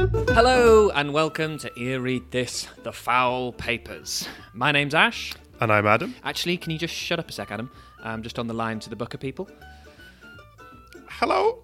Hello and welcome to Ear Read This, The Foul Papers. My name's Ash. And I'm Adam. Actually, can you just shut up a sec, Adam? I'm just on the line to the Booker people. Hello.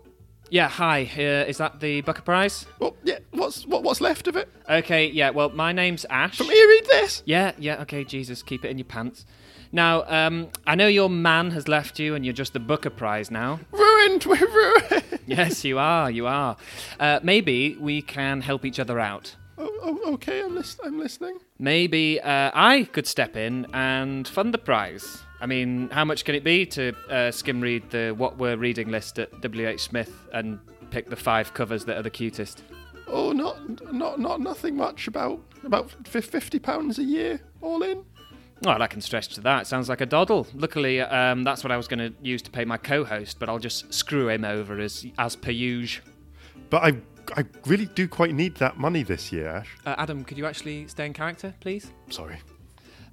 Yeah, hi. Uh, is that the Booker Prize? Well, yeah. What's what, what's left of it? Okay, yeah, well, my name's Ash. From here, read this. Yeah, yeah, okay, Jesus, keep it in your pants. Now, um, I know your man has left you and you're just the Booker Prize now. Ruined. We're ruined. yes, you are, you are. Uh, maybe we can help each other out. Oh, oh, okay. I'm list- I'm listening. Maybe uh, I could step in and fund the prize. I mean, how much can it be to uh, skim read the what we're reading list at WH Smith and pick the five covers that are the cutest? Oh, not not not nothing much about about fif- fifty pounds a year all in. Well, I can stretch to that. Sounds like a doddle. Luckily, um, that's what I was going to use to pay my co-host, but I'll just screw him over as as per usual. But I I really do quite need that money this year, Ash. Uh, Adam, could you actually stay in character, please? Sorry.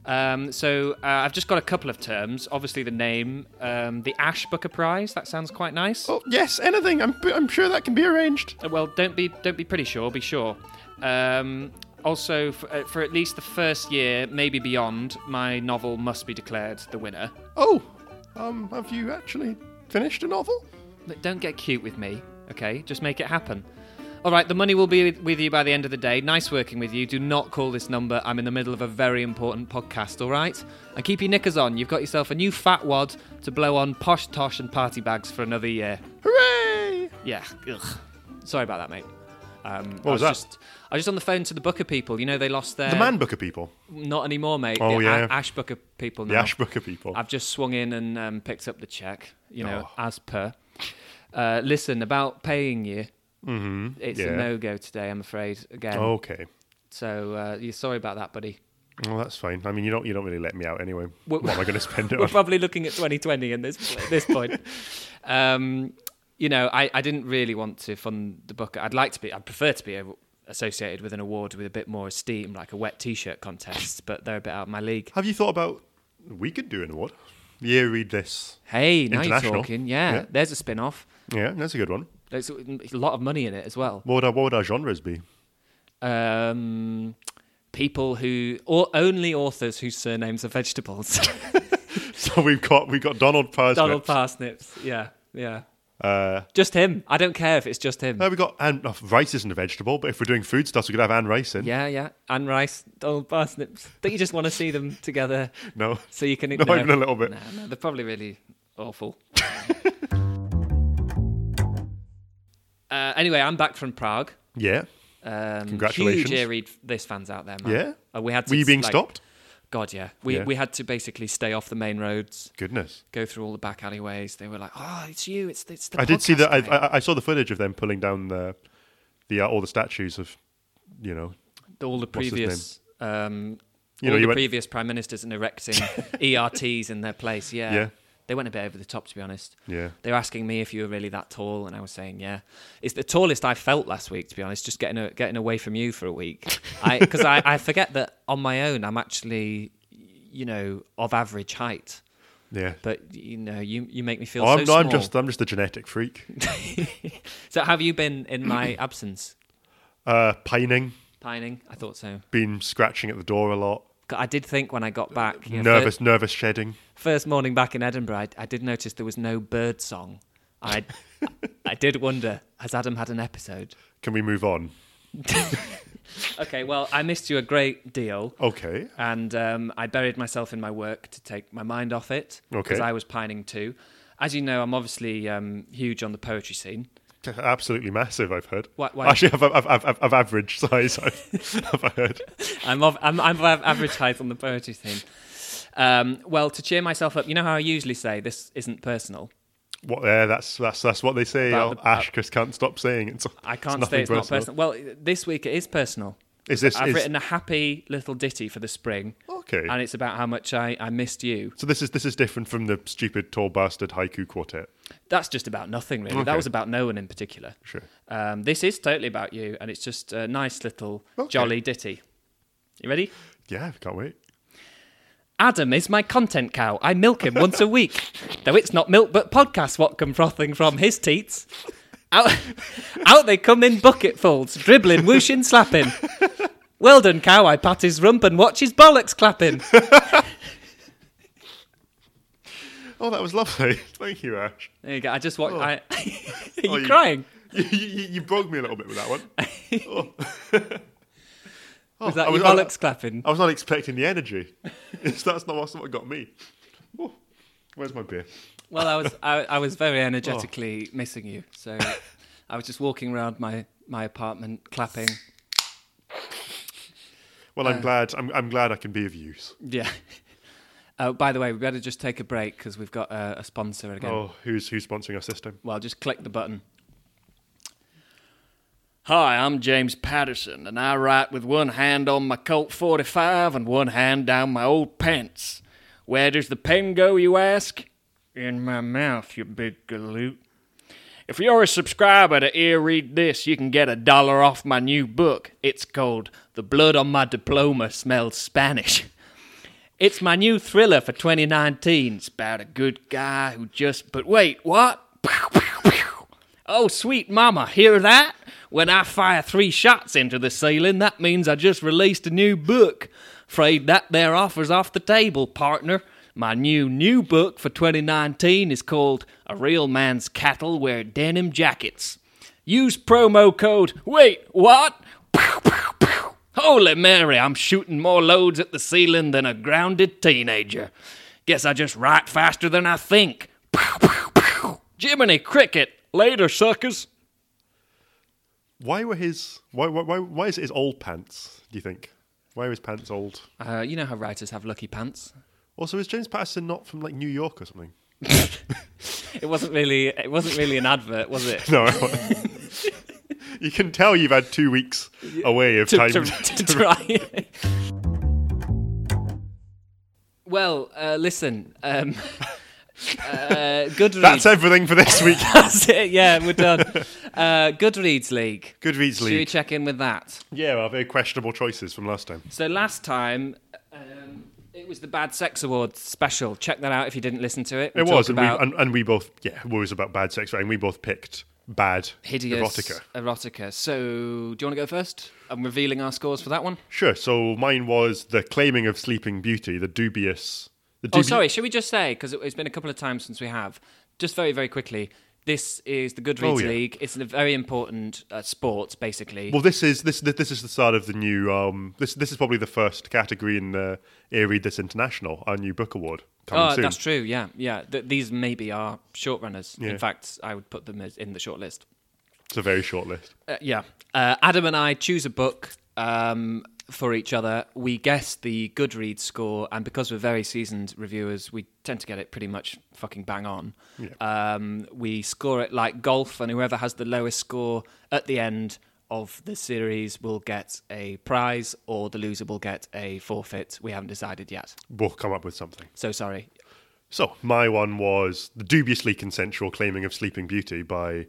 Um, so uh, I've just got a couple of terms. Obviously, the name, um, the Ash Booker Prize. That sounds quite nice. Oh yes, anything. I'm I'm sure that can be arranged. Uh, Well, don't be don't be pretty sure. Be sure. Um, also, for, uh, for at least the first year, maybe beyond, my novel must be declared the winner. Oh, um, have you actually finished a novel? But don't get cute with me, okay? Just make it happen. All right, the money will be with you by the end of the day. Nice working with you. Do not call this number. I'm in the middle of a very important podcast, all right? And keep your knickers on. You've got yourself a new fat wad to blow on posh tosh and party bags for another year. Hooray! Yeah. Ugh. Sorry about that, mate. Um, What was I that? Just, I was just on the phone to the Booker people. You know, they lost their. The man booker people. Not anymore, mate. Oh, the yeah, A- yeah. Ash Booker people now. The Ash booker people. I've just swung in and um, picked up the check, you know, Oh. as per. Uh, listen, about paying you, Mm-hmm. it's yeah. Oh. a no go today, I'm afraid, again. Okay. So uh, you're sorry about that, buddy. Well, that's fine. I mean, you don't you don't really let me out anyway. Well- what am I going to spend it We're on? probably looking at 2020 in this, at this point. um, you know, I, I didn't really want to fund the book. I'd like to be, I'd prefer to be a, associated with an award with a bit more esteem, like a wet t shirt contest, but they're a bit out of my league. Have you thought about we could do an award? Yeah, read this. Hey, now you're International. talking. Yeah, Yeah. there's a spin off. Yeah, that's a good one. There's a lot of money in it as well. What would our, what would our genres be? Um, people who, or only authors whose surnames are vegetables. So we've got we've got Donald Parsnip. Donald Parsnips. Yeah, yeah. Uh, Just him. I don't care if it's just him. no, we got and oh, rice isn't a vegetable, but if we're doing food stuff, we could have Anne rice in. Yeah, yeah. Anne Rice, Donald Parsnips. Don't you just want to see them together No, so you can? not even a little bit. No, no, they're probably really awful. uh, anyway, I'm back from Prague. Yeah. Um, Congratulations. Huge ear read this fans out there, man. Yeah? Uh, we had to, Were you being like- stopped? God, yeah. We Yeah. we had to basically stay off the main roads, Goodness. go through all the back alleyways. They were like, "Oh, it's you. It's it's the." I did see podcast that. I, guy." I, I saw the footage of them pulling down the the uh, all the statues of, you know, all the his previous. Um, all You know, the you went- previous prime ministers and erecting ERTs in their place. Yeah. Yeah. They went a bit over the top, to be honest. yeah. They were asking me if you were really that tall, and I was saying, "Yeah, it's the tallest I felt last week, to be honest. Just getting a, getting away from you for a week, because I, I forget that on my own I'm actually, you know, of average height. Yeah. But you know, you you make me feel Oh, I'm, so small. I'm just I'm just a genetic freak. so have you been in my absence? Uh, pining, Pining? I thought so. been scratching at the door a lot, 'Cause I did think when I got back, you know, fir- nervous nervous shedding. first morning back in Edinburgh, I, I did notice there was no bird song. I I did wonder has Adam had an episode? Can we move on? Okay, well I missed you a great deal, Okay. and um, I buried myself in my work to take my mind off it because Okay. I was pining too. As you know, I'm obviously um, huge on the poetry scene. Absolutely massive, I've heard. Why- why- Actually, I've, I've, I've, I've, I've average size, I've, I've heard. I'm of, I'm, I'm of average height on the poetry scene. Um, well, to cheer myself up, you know how I usually say this isn't personal. What, yeah, that's, that's, that's what they say. About Oh, the- Ash just can't stop saying it. It's, I can't nothing say it's not personal. Well, this week it is personal. Is this I've is, written a happy little ditty for the spring, okay? and it's about how much I, I missed you. so this is this is different from the stupid tall bastard haiku quartet. That's just about nothing, really. That Okay. was about no one in particular. Sure. Um, this is totally about you, and it's just a nice little Okay. jolly ditty. You ready? Yeah, I can't wait. Adam is my content cow. I milk him once a week. Though it's not milk but podcast what come frothing from his teats. Out, out they come in bucketfuls, dribbling, whooshing, slapping. Well done, cow. I pat his rump and watch his bollocks clapping. Oh, that was lovely. Thank you, Ash. There you go. I just watched. Oh. I, are you Oh, you- crying? You, you, you broke me a little bit with that one. Oh. Oh, Was that I your I- bollocks clapping? I was not expecting the energy. It's- that's not what's- what got me. Oh, where's my beer? Well, I was I, I was very energetically Oh. missing you, so I was just walking around my my apartment clapping. Well, Uh, I'm glad. I'm, I'm glad I can be of use. Yeah. Oh, by the way, we better just take a break because we've got a, a sponsor again. Oh, who's who's sponsoring us this time? Well, just click the button. Hi, I'm James Patterson, and I write with one hand on my Colt 45 and one hand down my old pants. Where does the pen go, you ask? In my mouth, you big galoot. If you're a subscriber to Ear Read This, you can get a dollar off my new book. It's called The Blood on My Diploma Smells Spanish. It's my new thriller for 2019. It's about a good guy who just. But wait, what? Pew, pew, pew. Oh, sweet mama, hear that? When I fire three shots into the ceiling, that means I just released a new book. Afraid that there offer's off the table, partner. My new, new book for 2019 is called A Real Man's Cattle Wear Denim Jackets. Use promo code WAIT WHAT? Pew, pew, pew. Holy Mary, I'm shooting more loads at the ceiling than a grounded teenager. Guess I just write faster than I think. Pew, pew, pew. Jiminy Cricket. Later, suckers. Why were his why why why, why is it his old pants? Do you think? Why are his pants old? Uh, you know how writers have lucky pants. Also, is James Patterson not from like New York or something? It wasn't really. It wasn't really an advert, was it? No. you can tell you've had two weeks away of to, time. to, to try. well, uh, listen. Um, uh, Goodreads. That's everything for this week. That's it. Yeah, we're done. Uh, Goodreads League. Goodreads Should we League. check in with that? Yeah, well, very questionable choices from last time. So last time, um, it was the Bad Sex Awards special. Check that out if you didn't listen to it. We It was, talked and, about we, and, and we both, yeah, it was about bad sex, right? And we both picked bad hideous erotica. erotica. So do you want to go first? I'm revealing our scores for that one. Sure. So mine was the claiming of Sleeping Beauty, the dubious. The Oh, dubi- sorry. Should we just say because it, it's been a couple of times since we have? Just very, very quickly. This is the Goodreads Oh, yeah. League. It's a very important uh, sport, basically. Well, this is this this is the start of the new. Um, this this is probably the first category in the Air Read This International, our new book award coming oh, soon. that's true. Yeah, yeah. Th- these maybe are short runners. Yeah. In fact, I would put them as in the short list. It's a very short list. Uh, yeah. Uh, Adam and I choose a book um, for each other. We guess the Goodreads score, and because we're very seasoned reviewers, we tend to get it pretty much fucking bang on. Um, we score it like golf, and whoever has the lowest score at the end of the series will get a prize, or the loser will get a forfeit. We haven't decided yet. We'll come up with something. So sorry. So my one was the dubiously consensual claiming of Sleeping Beauty by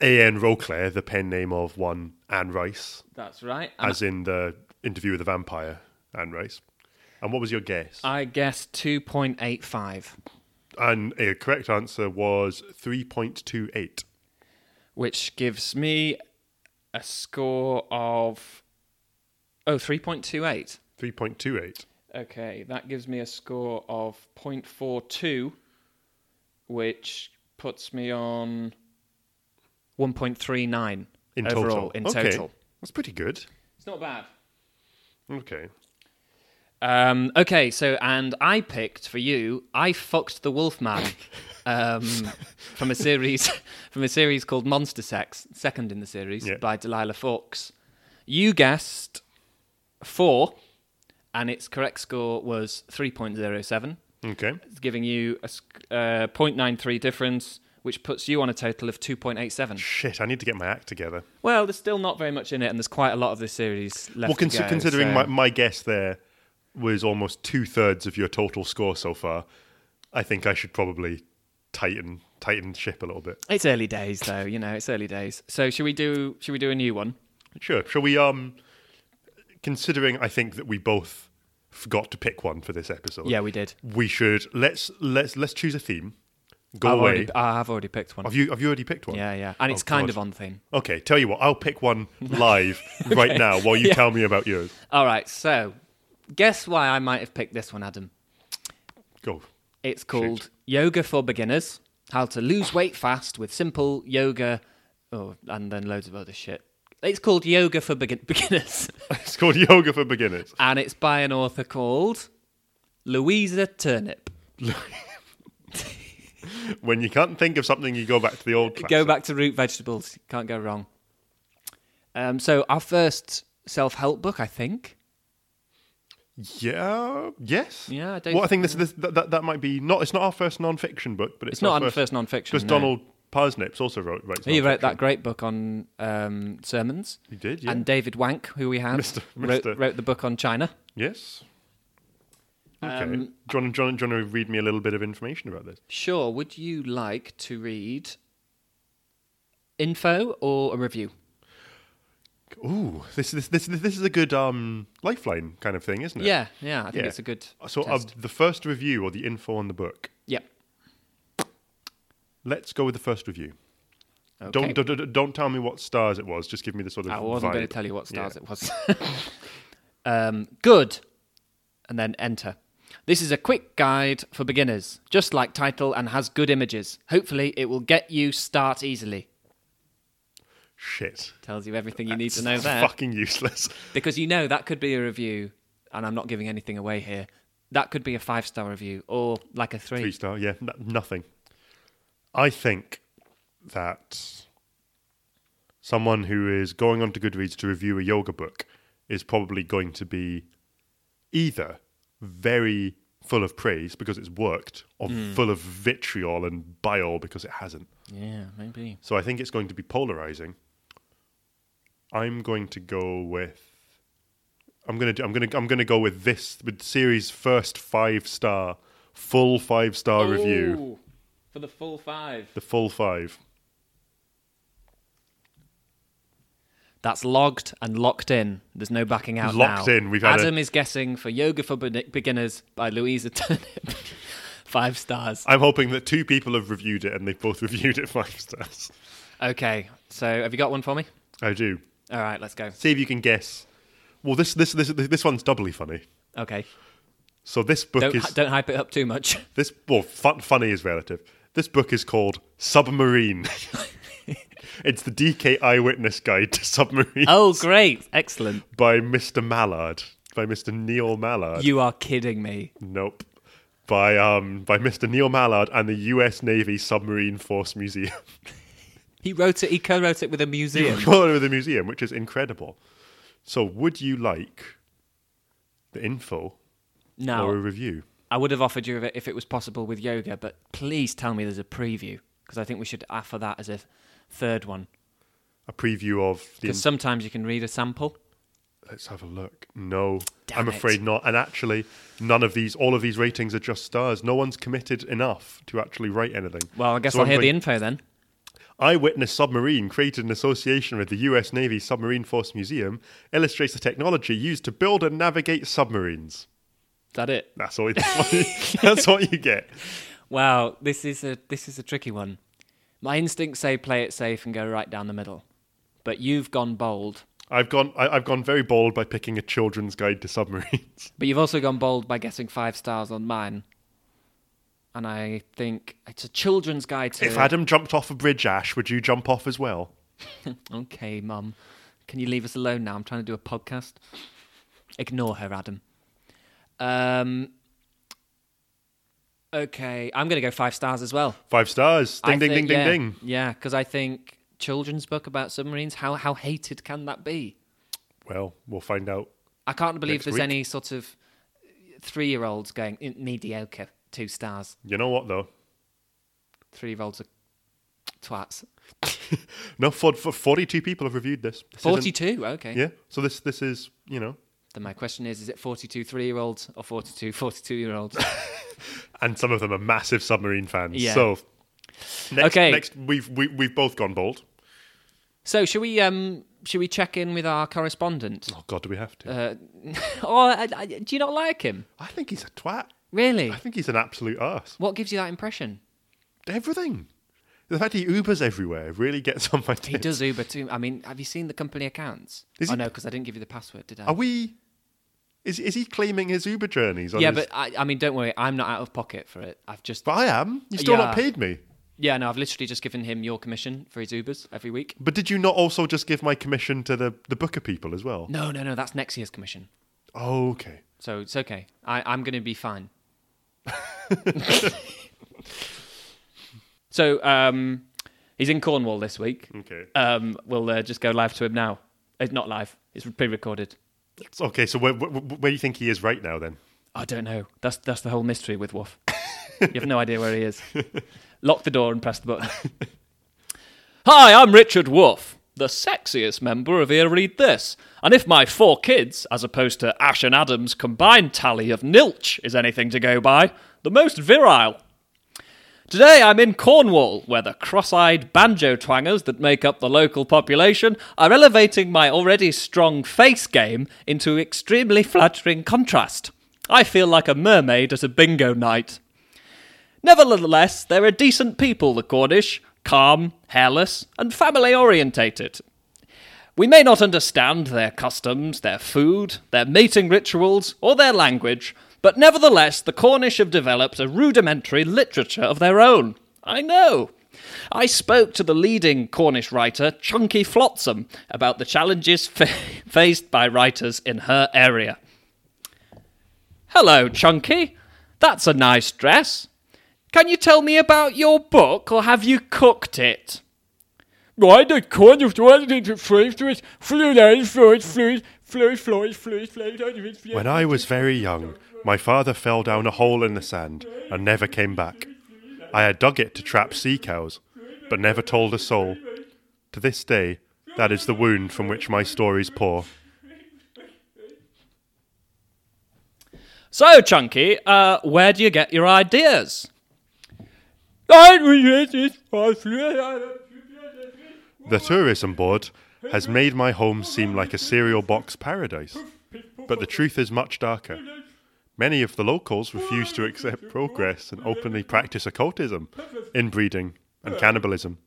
A.N. Roclair, the pen name of one Anne Rice, That's right. as in the interview with the vampire Anne Rice. And what was your guess? I guess 2.85, and a correct answer was three point two eight. which gives me a score of. Oh, 3.28. Three point two eight. Okay, that gives me a score of 0.42, which puts me on 1.39 In overall total. in Okay. total. That's pretty good. It's not bad. Okay. Um, okay, so and I picked for you. I fucked the Wolfman um, from a series from a series called Monster Sex, second in the series Yeah. by Delilah Fawkes. You guessed four, and its correct score was three point zero seven, Okay. giving you a sc- uh, 0.93 difference, which puts you on a total of two point eight seven. Shit, I need to get my act together. Well, there's still not very much in it, and there's quite a lot of this series left. well, to consi- go, considering so- my, my guess there was almost two thirds of your total score so far, I think I should probably tighten tighten ship a little bit. It's early days, though. You know, it's early days. So, should we do? Should we do a new one? Sure. Shall we? Um, considering I think that we both forgot to pick one for this episode. Yeah, we did. We should let's let's let's choose a theme. Go I've away. Already, I've already picked one. Have you have you already picked one? Yeah, yeah. And it's Oh, kind God. of on theme. Okay, tell you what, I'll pick one live right now while you tell me about yours. All right, so guess why I might have picked this one, Adam? Go. It's called Yoga for Beginners How to Lose Weight Fast with Simple Yoga, oh, and then loads of other shit. It's called Yoga for Begin- Beginners, It's called Yoga for Beginners. and it's by an author called Louisa Turnip. When you can't think of something, you go back to the old classic. Go back to root vegetables, can't go wrong. Um, so, our first self help book, I think. Yeah. Yes. Yeah, I don't Well, I think this, this that, that that might be not. It's not our first non-fiction book, but it's, It's not our our first non fiction. Because Donald Parsnips also wrote. Writes He wrote that non-fiction. great book on um, sermons. He did. Yeah. And David Wank, who we had, Mr. Wrote, Mr. wrote the book on China. yes. Okay. Um, John, John, John, to read me a little bit of information about this. Sure. Would you like to read info or a review? Ooh, this this this this is a good um lifeline kind of thing, isn't it? Yeah, yeah. I think Yeah. it's a good. So uh, test. the first review or the info on the book. yeah. Let's go with the first review. Okay. Don't, don't- don't don't tell me what stars it was. Just give me the sort of. I wasn't vibe. going to tell you what stars Yeah. it was. um, good. And then enter. This is a quick guide for beginners, just like title, and has good images. Hopefully, it will get you start easily. Shit. Tells you everything you need to know there. Fucking useless. Because you know that could be a review, and I'm not giving anything away here. That could be a five star review or like a three. Three star, yeah, n- nothing. I think that someone who is going onto Goodreads to review a yoga book is probably going to be either very full of praise because it's worked, or full of vitriol and bile because it hasn't. Yeah, maybe. So I think it's going to be polarizing. I'm going to go with. I'm gonna. do- I'm gonna. I'm gonna go with this. With series first five star, full five Oh, star review. for the full five. The full five. That's logged and locked in. There's no backing out Locked now. in. We've had a- Adam is guessing for Yoga for Be- Beginners by Louisa Turnip. five stars. I'm hoping that two people have reviewed it and they've both reviewed it five stars. Okay, so have you got one for me? I do. All right, let's go. See if you can guess. Well, this this this this one's doubly funny. Okay. So this book Don't, is don't hype it up too much. This well, fun, funny is relative. This book is called Submarine. it's the DK Eyewitness Guide to Submarine Oh, great. Excellent. by Mr. Mallard, by Mr. Neil Mallard. You are kidding me. nope. By um by Mr. Neil Mallard and the U.S. Navy Submarine Force Museum. He wrote it, he co wrote it with a museum. All over the museum, which is incredible. So, would you like the info No. or a review? I would have offered you if it was possible with yoga, but please tell me there's a preview because I think we should offer that as a third one. A preview of the. Because sometimes you can read a sample. Let's have a look. No, Damn I'm it. afraid not. And actually, none of these, all of these ratings are just stars. No one's committed enough to actually write anything. Well, I guess So I'll I'm hear the going- info then. Eyewitness Submarine, created in association with the U.S. Navy Submarine Force Museum, illustrates the technology used to build and navigate submarines. Is that it? That's all. That's what you, that's what you get. Wow, this is a this is a tricky one. My instincts say play it safe and go right down the middle, but you've gone bold. I've gone. I, I've gone very bold by picking a children's guide to submarines. But you've also gone bold by guessing five stars on mine. And I think it's a children's guide to. If Adam jumped off a bridge, Ash, would you jump off as well? Okay, Mum. Can you leave us alone now? I'm trying to do a podcast. Ignore her, Adam. Um, okay, I'm going to go five stars as well. Five stars. Ding, I ding, think- ding, yeah, ding, ding. Yeah, because I think children's book about submarines, how, how hated can that be? Well, we'll find out. I can't believe Next there's week. any sort of three year olds going, "Mm, mediocre, two stars. You know what though? Three year olds are twats. No, for, for forty-two people have reviewed this. This isn't- 42, okay. Yeah. So this this is you know, Then my question is is it 42 three year olds or 42 42 year olds? and some of them are massive submarine fans. Yeah. So next, Okay. next we've we, we've both gone bold. So should we um should we check in with our correspondent? Oh God, do we have to? Uh, or I, I, do you not like him? I think he's a twat. Really? I think he's an absolute ass. What gives you that impression? everything. The fact he Ubers everywhere really gets on my He tits. does Uber too. I mean, have you seen the company accounts? Is oh he- no, because I didn't give you the password, did I? Are we? Is is he claiming his Uber journeys? On yeah, his- but I, I mean, don't worry. I'm not out of pocket for it. I've just but I am. You still not Yeah. paid me. yeah, no, I've literally just given him your commission for his Ubers every week. But did you not also just give my commission to the the Booker people as well? No, no, no. That's next year's commission. Oh, okay. So it's okay. I, I'm going to be fine. so um, he's in Cornwall this week. Okay. Um, we'll uh, just go live to him now. It's not live. It's pre-recorded. It's- okay. So where, where where do you think he is right now then? I don't know. That's that's the whole mystery with Wolf. you have no idea where he is. Lock the door and press the button. Hi, I'm Richard Wolf, the sexiest member of Here Read This. And if my four kids, as opposed to Ash and Adam's combined tally of nilch, is anything to go by, the most virile. Today I'm in Cornwall, where the cross eyed banjo twangers that make up the local population are elevating my already strong face game into extremely flattering contrast. I feel like a mermaid at a bingo night. Nevertheless, they're a decent people, the Cornish, calm, hairless, and family orientated. We may not understand their customs, their food, their mating rituals, or their language, but nevertheless, the Cornish have developed a rudimentary literature of their own. I know. I spoke to the leading Cornish writer, Chunky Flotsam, about the challenges fa- faced by writers in her area. Hello, Chunky. That's a nice dress. Can you tell me about your book, or have you cooked it? Right, the corn of one into fluid, fluid, fluid, fluid, fluid, fluid, fluid, fluid, fluid, When I was very young, my father fell down a hole in the sand and never came back. I had dug it to trap sea cows, but never told a soul. To this day, that is the wound from which my stories pour. So, Chunky, uh, where do you get your ideas? Well, The tourism board has made my home seem like a cereal box paradise, but the truth is much darker. Many of the locals refuse to accept progress and openly practice occultism, inbreeding, and cannibalism.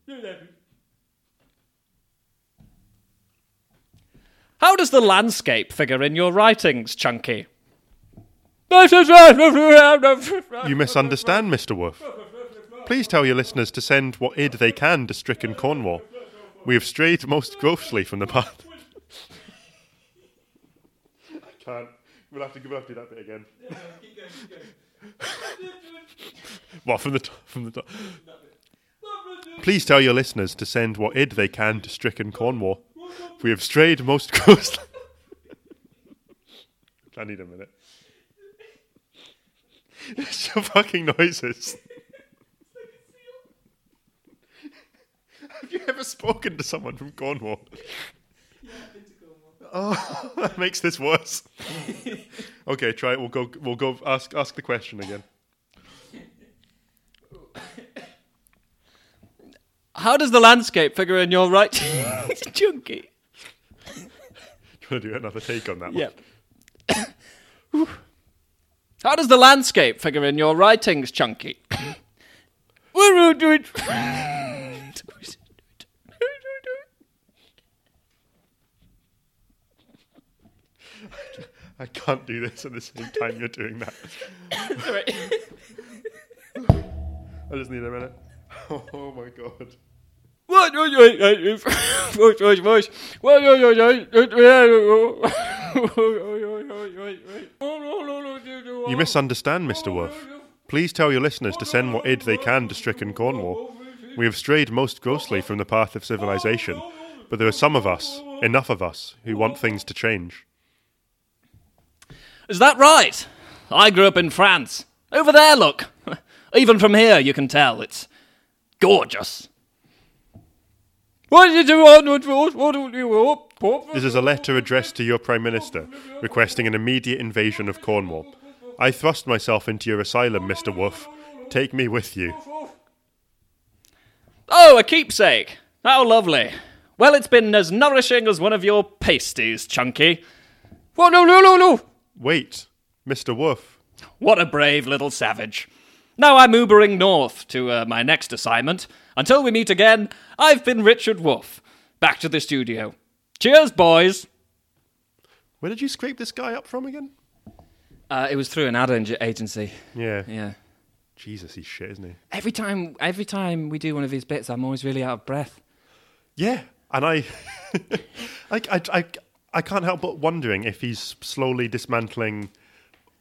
How does the landscape figure in your writings, Chunky? Well, You misunderstand, Mr. Wolf. Please tell your listeners to send what id they can to stricken Cornwall. We have strayed most grossly from the path. I can't. We'll have to, we'll have to do that bit again. Well, from the top, from the top. Please tell your listeners to send what id they can to stricken Cornwall. We have strayed most grossly. I need a minute. It's your fucking noises. Have you ever spoken to someone from Cornwall? Oh, that makes this worse. okay, try it. We'll go. We'll go. Ask. Ask the question again. How does the landscape figure in your writings, Chunky? Do you want to do another take on that one? How does the landscape figure in your writings, Chunky? Woo, do it. I can't do this at the same time you're doing that. I just need a minute. Oh my god. You You misunderstand, Mr. Wolf. Please tell your listeners to send what aid they can to stricken Cornwall. We have strayed most grossly from the path of civilization, but there are some of us, enough of us, who want things to change. Is that right? I grew up in France. Over there, look. Even from here, you can tell it's gorgeous. What did you want? What do you want? This is a letter addressed to your Prime Minister, requesting an immediate invasion of Cornwall. I thrust myself into your asylum, Mr. Wolf. Take me with you. Oh, a keepsake. How lovely. Well, it's been as nourishing as one of your pasties, Chunky. What? No, no, no, no. Wait, Mr. Wolf. What a brave little savage. Now I'm Ubering north to uh, my next assignment. Until we meet again, I've been Richard Wolf. Back to the studio. Cheers, boys! Where did you scrape this guy up from again? Uh, it was through an ad ag- agency. Yeah. Yeah. Jesus, he's shit, isn't he? Every time, every time we do one of these bits, I'm always really out of breath. Yeah, and I, I, I, I, I can't help but wondering if he's slowly dismantling,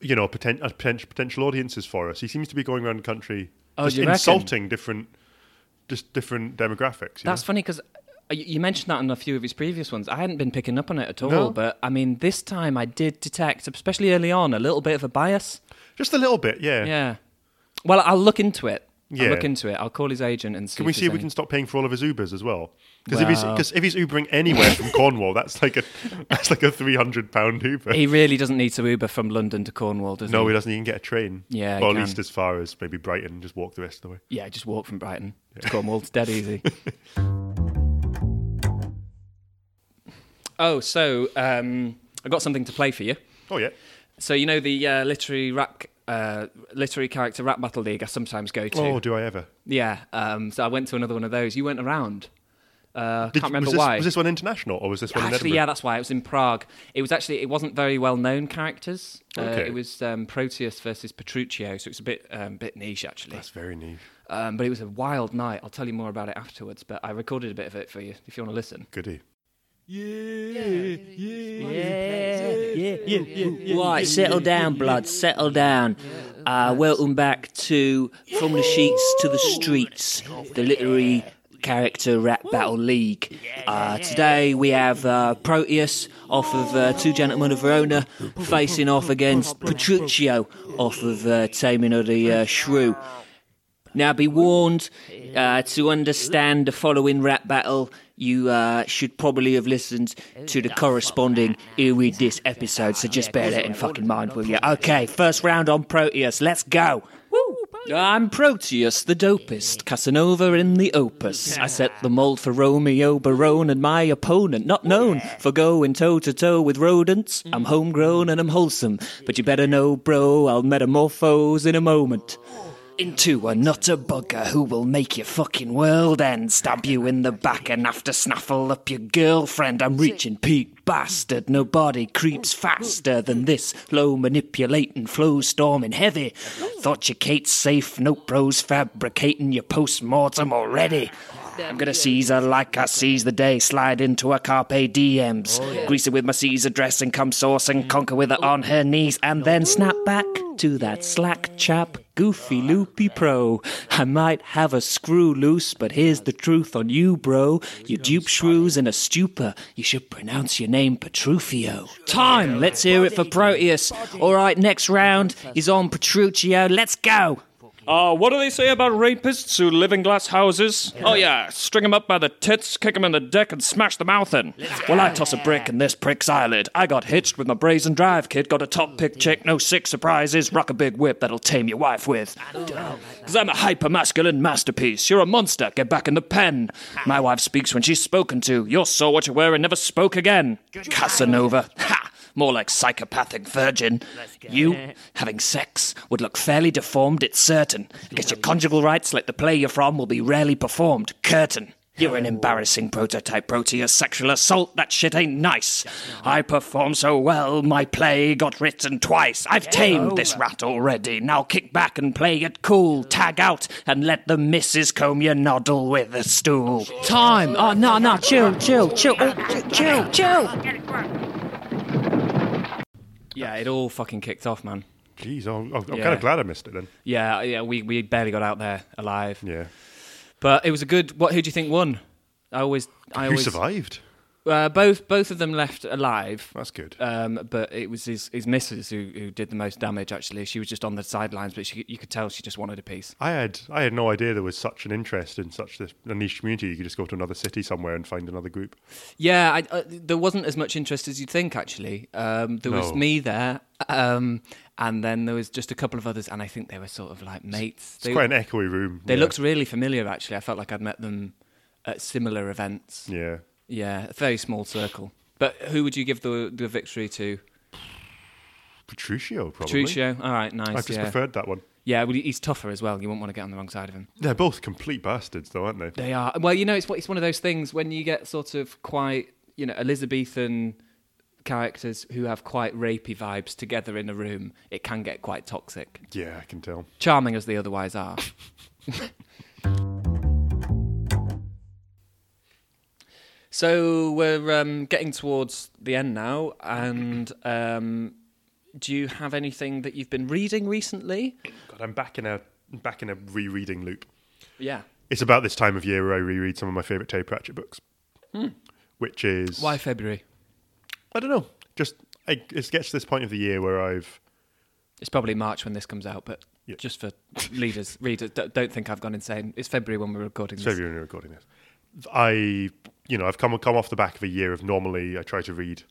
you know, poten- uh, poten- potential audiences for us. He seems to be going around the country Oh, just you reckon? insulting different, just different demographics. you That's funny because you mentioned that in a few of his previous ones. I hadn't been picking up on it at all, No. but I mean, this time I did detect, especially early on, a little bit of a bias. know? just a little bit. Yeah. Yeah. Well, I'll look into it. Yeah. I'll look into it. I'll call his agent and see. Can if we see there's if we can any- stop paying for all of his Ubers as well? Because if he's Wow. because if he's Ubering anywhere from Cornwall, that's like a that's like a three hundred pound Uber. He really doesn't need to Uber from London to Cornwall, does no, he? he doesn't. He can get a train. Yeah, he or at can. least as far as maybe Brighton. and Just walk the rest of the way. Yeah, just walk from Brighton to Cornwall. It's dead easy. oh, so um, I got something to play for you. Oh yeah. So you know the uh, literary rap, uh, literary character rap battle league. I sometimes go to. Oh, do I ever? Yeah. Um, so I went to another one of those. You went around. Uh, Did can't you- remember was this, why. Was this one international or was this one in actually, Edinburgh? yeah, that's why it was in Prague. It was actually it wasn't very well known characters. Uh, Okay. It was um, Proteus versus Petruchio, so it's a bit um, bit niche actually. That's very neat. Um, but it was a wild night. I'll tell you more about it afterwards. But I recorded a bit of it for you if you want to listen. Goody. Right, settle down, blood, settle down. Uh, welcome back to From the Sheets to the Streets, the literary character rap battle league. Uh, today we have uh, Proteus off of uh, Two Gentlemen of Verona facing off against Petruchio off of uh, Taming of the uh, Shrew. Now, be warned uh, to understand the following rap battle. You uh, should probably have listened to the corresponding "Here We Dis" episode, so just bear that in fucking mind, will you? Okay, first round on Proteus. Let's go. I'm Proteus, the dopest, Casanova in the opus. I set the mold for Romeo Barone and my opponent, not known for going toe to toe with rodents. I'm homegrown and I'm wholesome, but you better know, bro, I'll metamorphose in a moment into a nutter bugger who will make your fucking world end, stab you in the back and after snaffle up your girlfriend. I'm reaching peak bastard. Nobody creeps faster than this low manipulating, flow storming heavy. Thought your Kate's safe, no pros fabricating your post mortem already. I'm gonna seize her like I seize the day, slide into her carpe diems, grease her with my Caesar dress and come sauce and conquer with her on her knees, and then snap back to that slack chap, goofy loopy pro. I might have a screw loose, but here's the truth on you, bro. You dupe shrews in a stupor. You should pronounce your name Petrufio. Time! Let's hear it for Proteus. Alright, next round is on Petruchio. Let's go! Uh, what do they say about rapists who live in glass houses? Oh yeah, string them up by the tits, kick them in the dick, and smash the mouth in. Well, I toss a brick in this prick's eyelid. I got hitched with my brazen drive, kid. Got a top pick chick, no sick surprises. Rock a big whip that'll tame your wife with. Because I'm a hyper masculine masterpiece. You're a monster. Get back in the pen. My wife speaks when she's spoken to. Your saw what you were and never spoke again. Casanova. Ha! More like psychopathic virgin. You, having sex, would look fairly deformed, it's certain. Because your conjugal rights, like the play you're from, will be rarely performed. Curtain. You're an embarrassing prototype, Proteus. Sexual assault, that shit ain't nice. I perform so well, my play got written twice. I've tamed this rat already. Now kick back and play it cool. Tag out and let the missus comb your noddle with a stool. Time! Oh, no, no, chill, chill, chill, Oh, chill, chill! Yeah, it all fucking kicked off, man. Jeez, I'm, I'm Yeah. kind of glad I missed it then. Yeah, uh, yeah, we, we barely got out there alive. Yeah. But it was a good. What? Who do you think won? I always, I Who always. survived? Uh, both both of them left alive. That's good. Um, but it was his, his missus who, who did the most damage. Actually, she was just on the sidelines, but she, you could tell she just wanted a piece. I had I had no idea there was such an interest in such this, a niche community. You could just go to another city somewhere and find another group. Yeah, I, uh, there wasn't as much interest as you'd think. Actually, um, there was No. me there, um, and then there was just a couple of others, and I think they were sort of like mates. It's They, quite an echoey room. they yeah. looked really familiar. Actually, I felt like I'd met them at similar events. Yeah. Yeah, a very small circle. But who would you give the the victory to? Petruchio, probably. Petruccio. All right, nice. I've just yeah. preferred that one. Yeah, well, he's tougher as well. You won't want to get on the wrong side of him. They're both complete bastards, though, aren't they? They are. Well, you know, it's it's one of those things when you get sort of quite, you know, Elizabethan characters who have quite rapey vibes together in a room. It can get quite toxic. Yeah, I can tell. Charming as they otherwise are. so we're um, getting towards the end now, and um, do you have anything that you've been reading recently? God, I'm back in a back in a rereading loop. Yeah. It's about this time of year where I reread some of my favourite Terry Pratchett books, which is Hmm. Why February? I don't know. Just I, it gets to this point of the year where I've It's probably March when this comes out, but Yeah. just for leaders, readers, d- don't think I've gone insane. It's February when we're recording this. Sorry, you're recording this. I, you know, I've come come off the back of a year of normally I try to read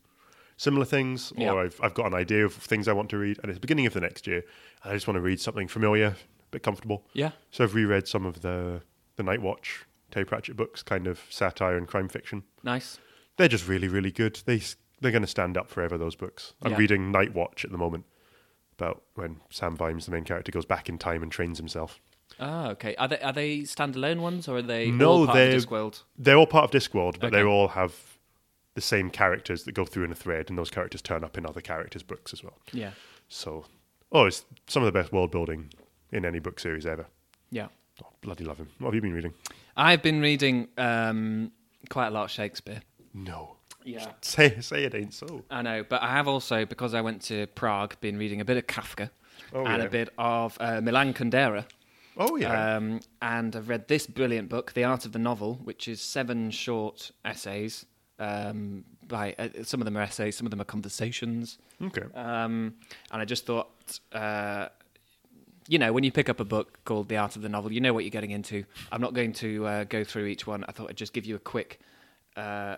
similar things, Yeah. or I've I've got an idea of things I want to read, and it's the beginning of the next year, and I just want to read something familiar, a bit comfortable. Yeah. So I've reread some of the the Night Watch, Terry Pratchett books, kind of satire and crime fiction. Nice. They're just really really good. They s- they're going to stand up forever. Those books. I'm Yeah. reading Night Watch at the moment, about when Sam Vimes, the main character, goes back in time and trains himself. Ah, okay. Are they are they standalone ones or are they No, all part of they're- Discworld? They're all part of Discworld, but they Okay. all have the same characters that go through in a thread, and those characters turn up in other characters' books as well. Yeah, So, oh, it's some of the best world building in any book series ever. yeah. Oh, bloody love him. What have you been reading? I've been reading um, quite a lot of Shakespeare. No. Yeah. Say, say it ain't so. I know, but I have also, because I went to Prague, been reading a bit of Kafka Oh, and a yeah. bit of uh, Milan Kundera. Oh, yeah. Um, and I've read this brilliant book, The Art of the Novel, which is seven short essays. Um, by uh, some of them are essays, some of them are conversations. okay. Um, and I just thought, uh, you know, when you pick up a book called The Art of the Novel, you know what you're getting into. I'm not going to uh, go through each one. I thought I'd just give you a quick uh,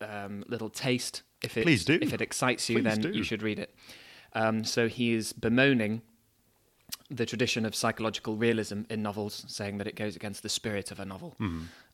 um, little taste. If it, Please do. If it excites you, Please then do. you should read it. Um, so he is bemoaning the tradition of psychological realism in novels, saying that it goes against the spirit of a novel.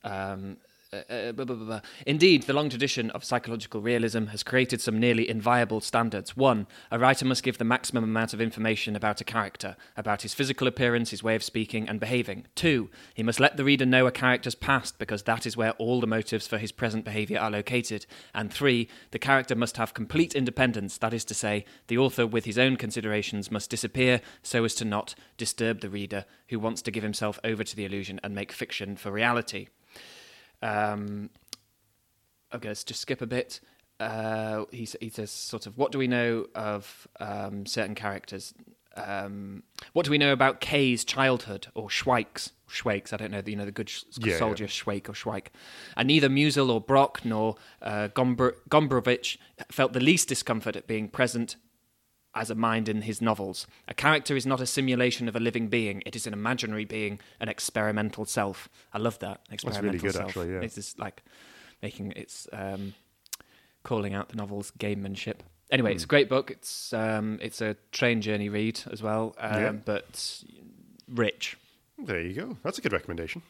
Um, uh, uh, blah, blah, blah, blah. Indeed, the long tradition of psychological realism has created some nearly inviolable standards. One, a writer must give the maximum amount of information about a character, about his physical appearance, his way of speaking and behaving. Two, he must let the reader know a character's past because that is where all the motives for his present behaviour are located. And three, the character must have complete independence, that is to say, the author with his own considerations must disappear so as to not disturb the reader who wants to give himself over to the illusion and make fiction for reality. Um, I'm going to just skip a bit. Uh, he, s- he says, sort of, what do we know of um, certain characters? Um, what do we know about Kay's childhood or Schweik's? Schweik's, I don't know, you know, the good sh- Yeah, yeah. soldier Schweik or Schweik. And neither Musil or Brock nor uh, Gombr- Gombrowicz felt the least discomfort at being present as a mind in his novels. A character is not a simulation of a living being, it is an imaginary being, an experimental self. I love that. really Experimental good, self. actually, yeah. It's just like making it's um, calling out the novel's gamemanship. Anyway, Hmm. it's a great book. It's um, it's a train journey read as well, um, Yeah. but rich. there you go. That's a good recommendation.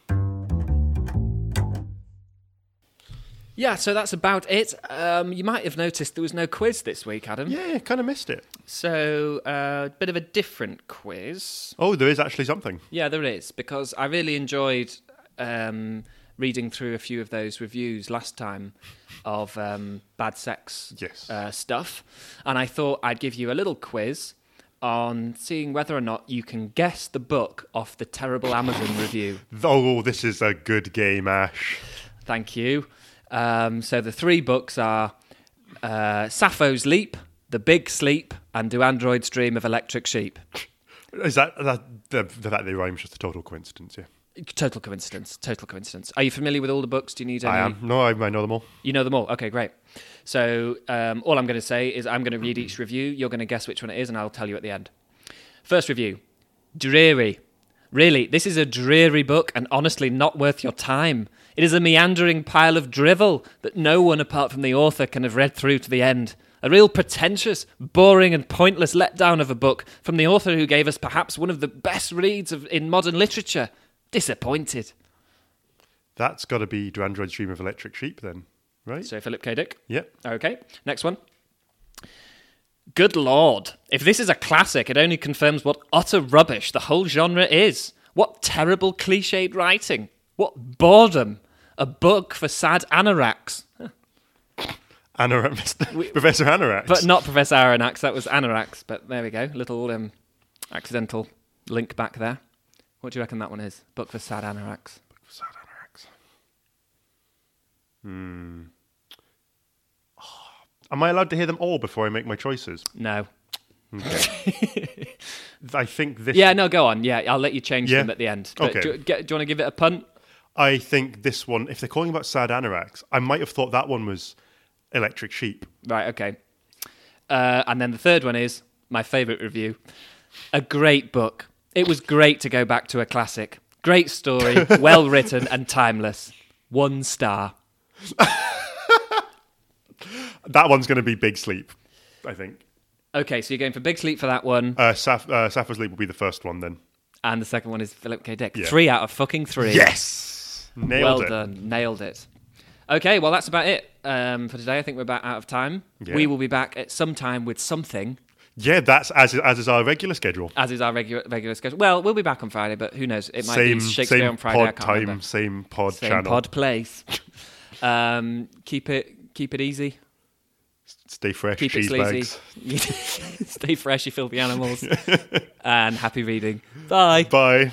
Yeah, so that's about it. Um, you might have noticed there was no quiz this week, Adam. Yeah, kind of missed it. So a bit of a different quiz. Oh, there is actually something. Yeah, there is because I really enjoyed um, reading through a few of those reviews last time of um, bad sex Yes. uh, stuff, and I thought I'd give you a little quiz on seeing whether or not you can guess the book off the terrible Amazon review. Oh, this is a good game, Ash. Thank you. Um, so the three books are uh, Sappho's Leap, The Big Sleep, and Do Androids Dream of Electric Sheep. Is that, that the, the fact they rhyme is just a total coincidence? Yeah. Total coincidence. Total coincidence. Are you familiar with all the books? Do you need any? I am. No, I, I know them all. You know them all. Okay, great. So um, all I'm going to say is I'm going to read each review. You're going to guess which one it is, and I'll tell you at the end. First review: dreary. Really, this is a dreary book, and honestly, not worth your time. It is a meandering pile of drivel that no one apart from the author can have read through to the end. A real pretentious, boring, and pointless letdown of a book from the author who gave us perhaps one of the best reads of, in modern literature. Disappointed. That's got to be Do Androids Dream of Electric Sheep then, right? So, Philip K. Dick. yep. Okay, next one. Good lord. If this is a classic, it only confirms what utter rubbish the whole genre is. What terrible cliched writing. What boredom. A book for sad anoraks. Anorak, Professor Anorak. But not Professor Aronnax, that was Anoraks. But there we go. Little um, accidental link back there. What do you reckon that one is? Book for sad anoraks. Sad anoraks. Hmm. Am I allowed to hear them all before I make my choices? No. I think this. Yeah, no, go on. Yeah, I'll let you change Yeah? them at the end. But Okay. do, get- do you want to give it a punt? I think this one. If they're calling about sad anoraks, I might have thought that one was electric sheep. Right, okay. Uh, and then the third one is my favourite review. A great book. It was great to go back to a classic. Great story, well written and timeless. One star. That one's going to be big sleep. I think. Okay, so you're going for Big Sleep for that one, Uh, Saf- uh, Sappho's Leap will be the first one then. and the second one is Philip K. Dick. Yeah. Three out of fucking three. Yes, nailed well it. done. Nailed it. Okay, well, that's about it um, for today. I think we're about out of time. Yeah. We will be back at some time with something, Yeah, that's as as is our regular schedule. as is our regular, regular schedule. Well, we'll be back on Friday, but who knows? It might same be Shakespeare same on Friday. I pod can't time, remember. same pod same channel. pod place. um, keep it keep it easy. Stay fresh, Keep cheese it sleazy. bags. Stay fresh, you filthy animals, and happy reading. Bye. Bye.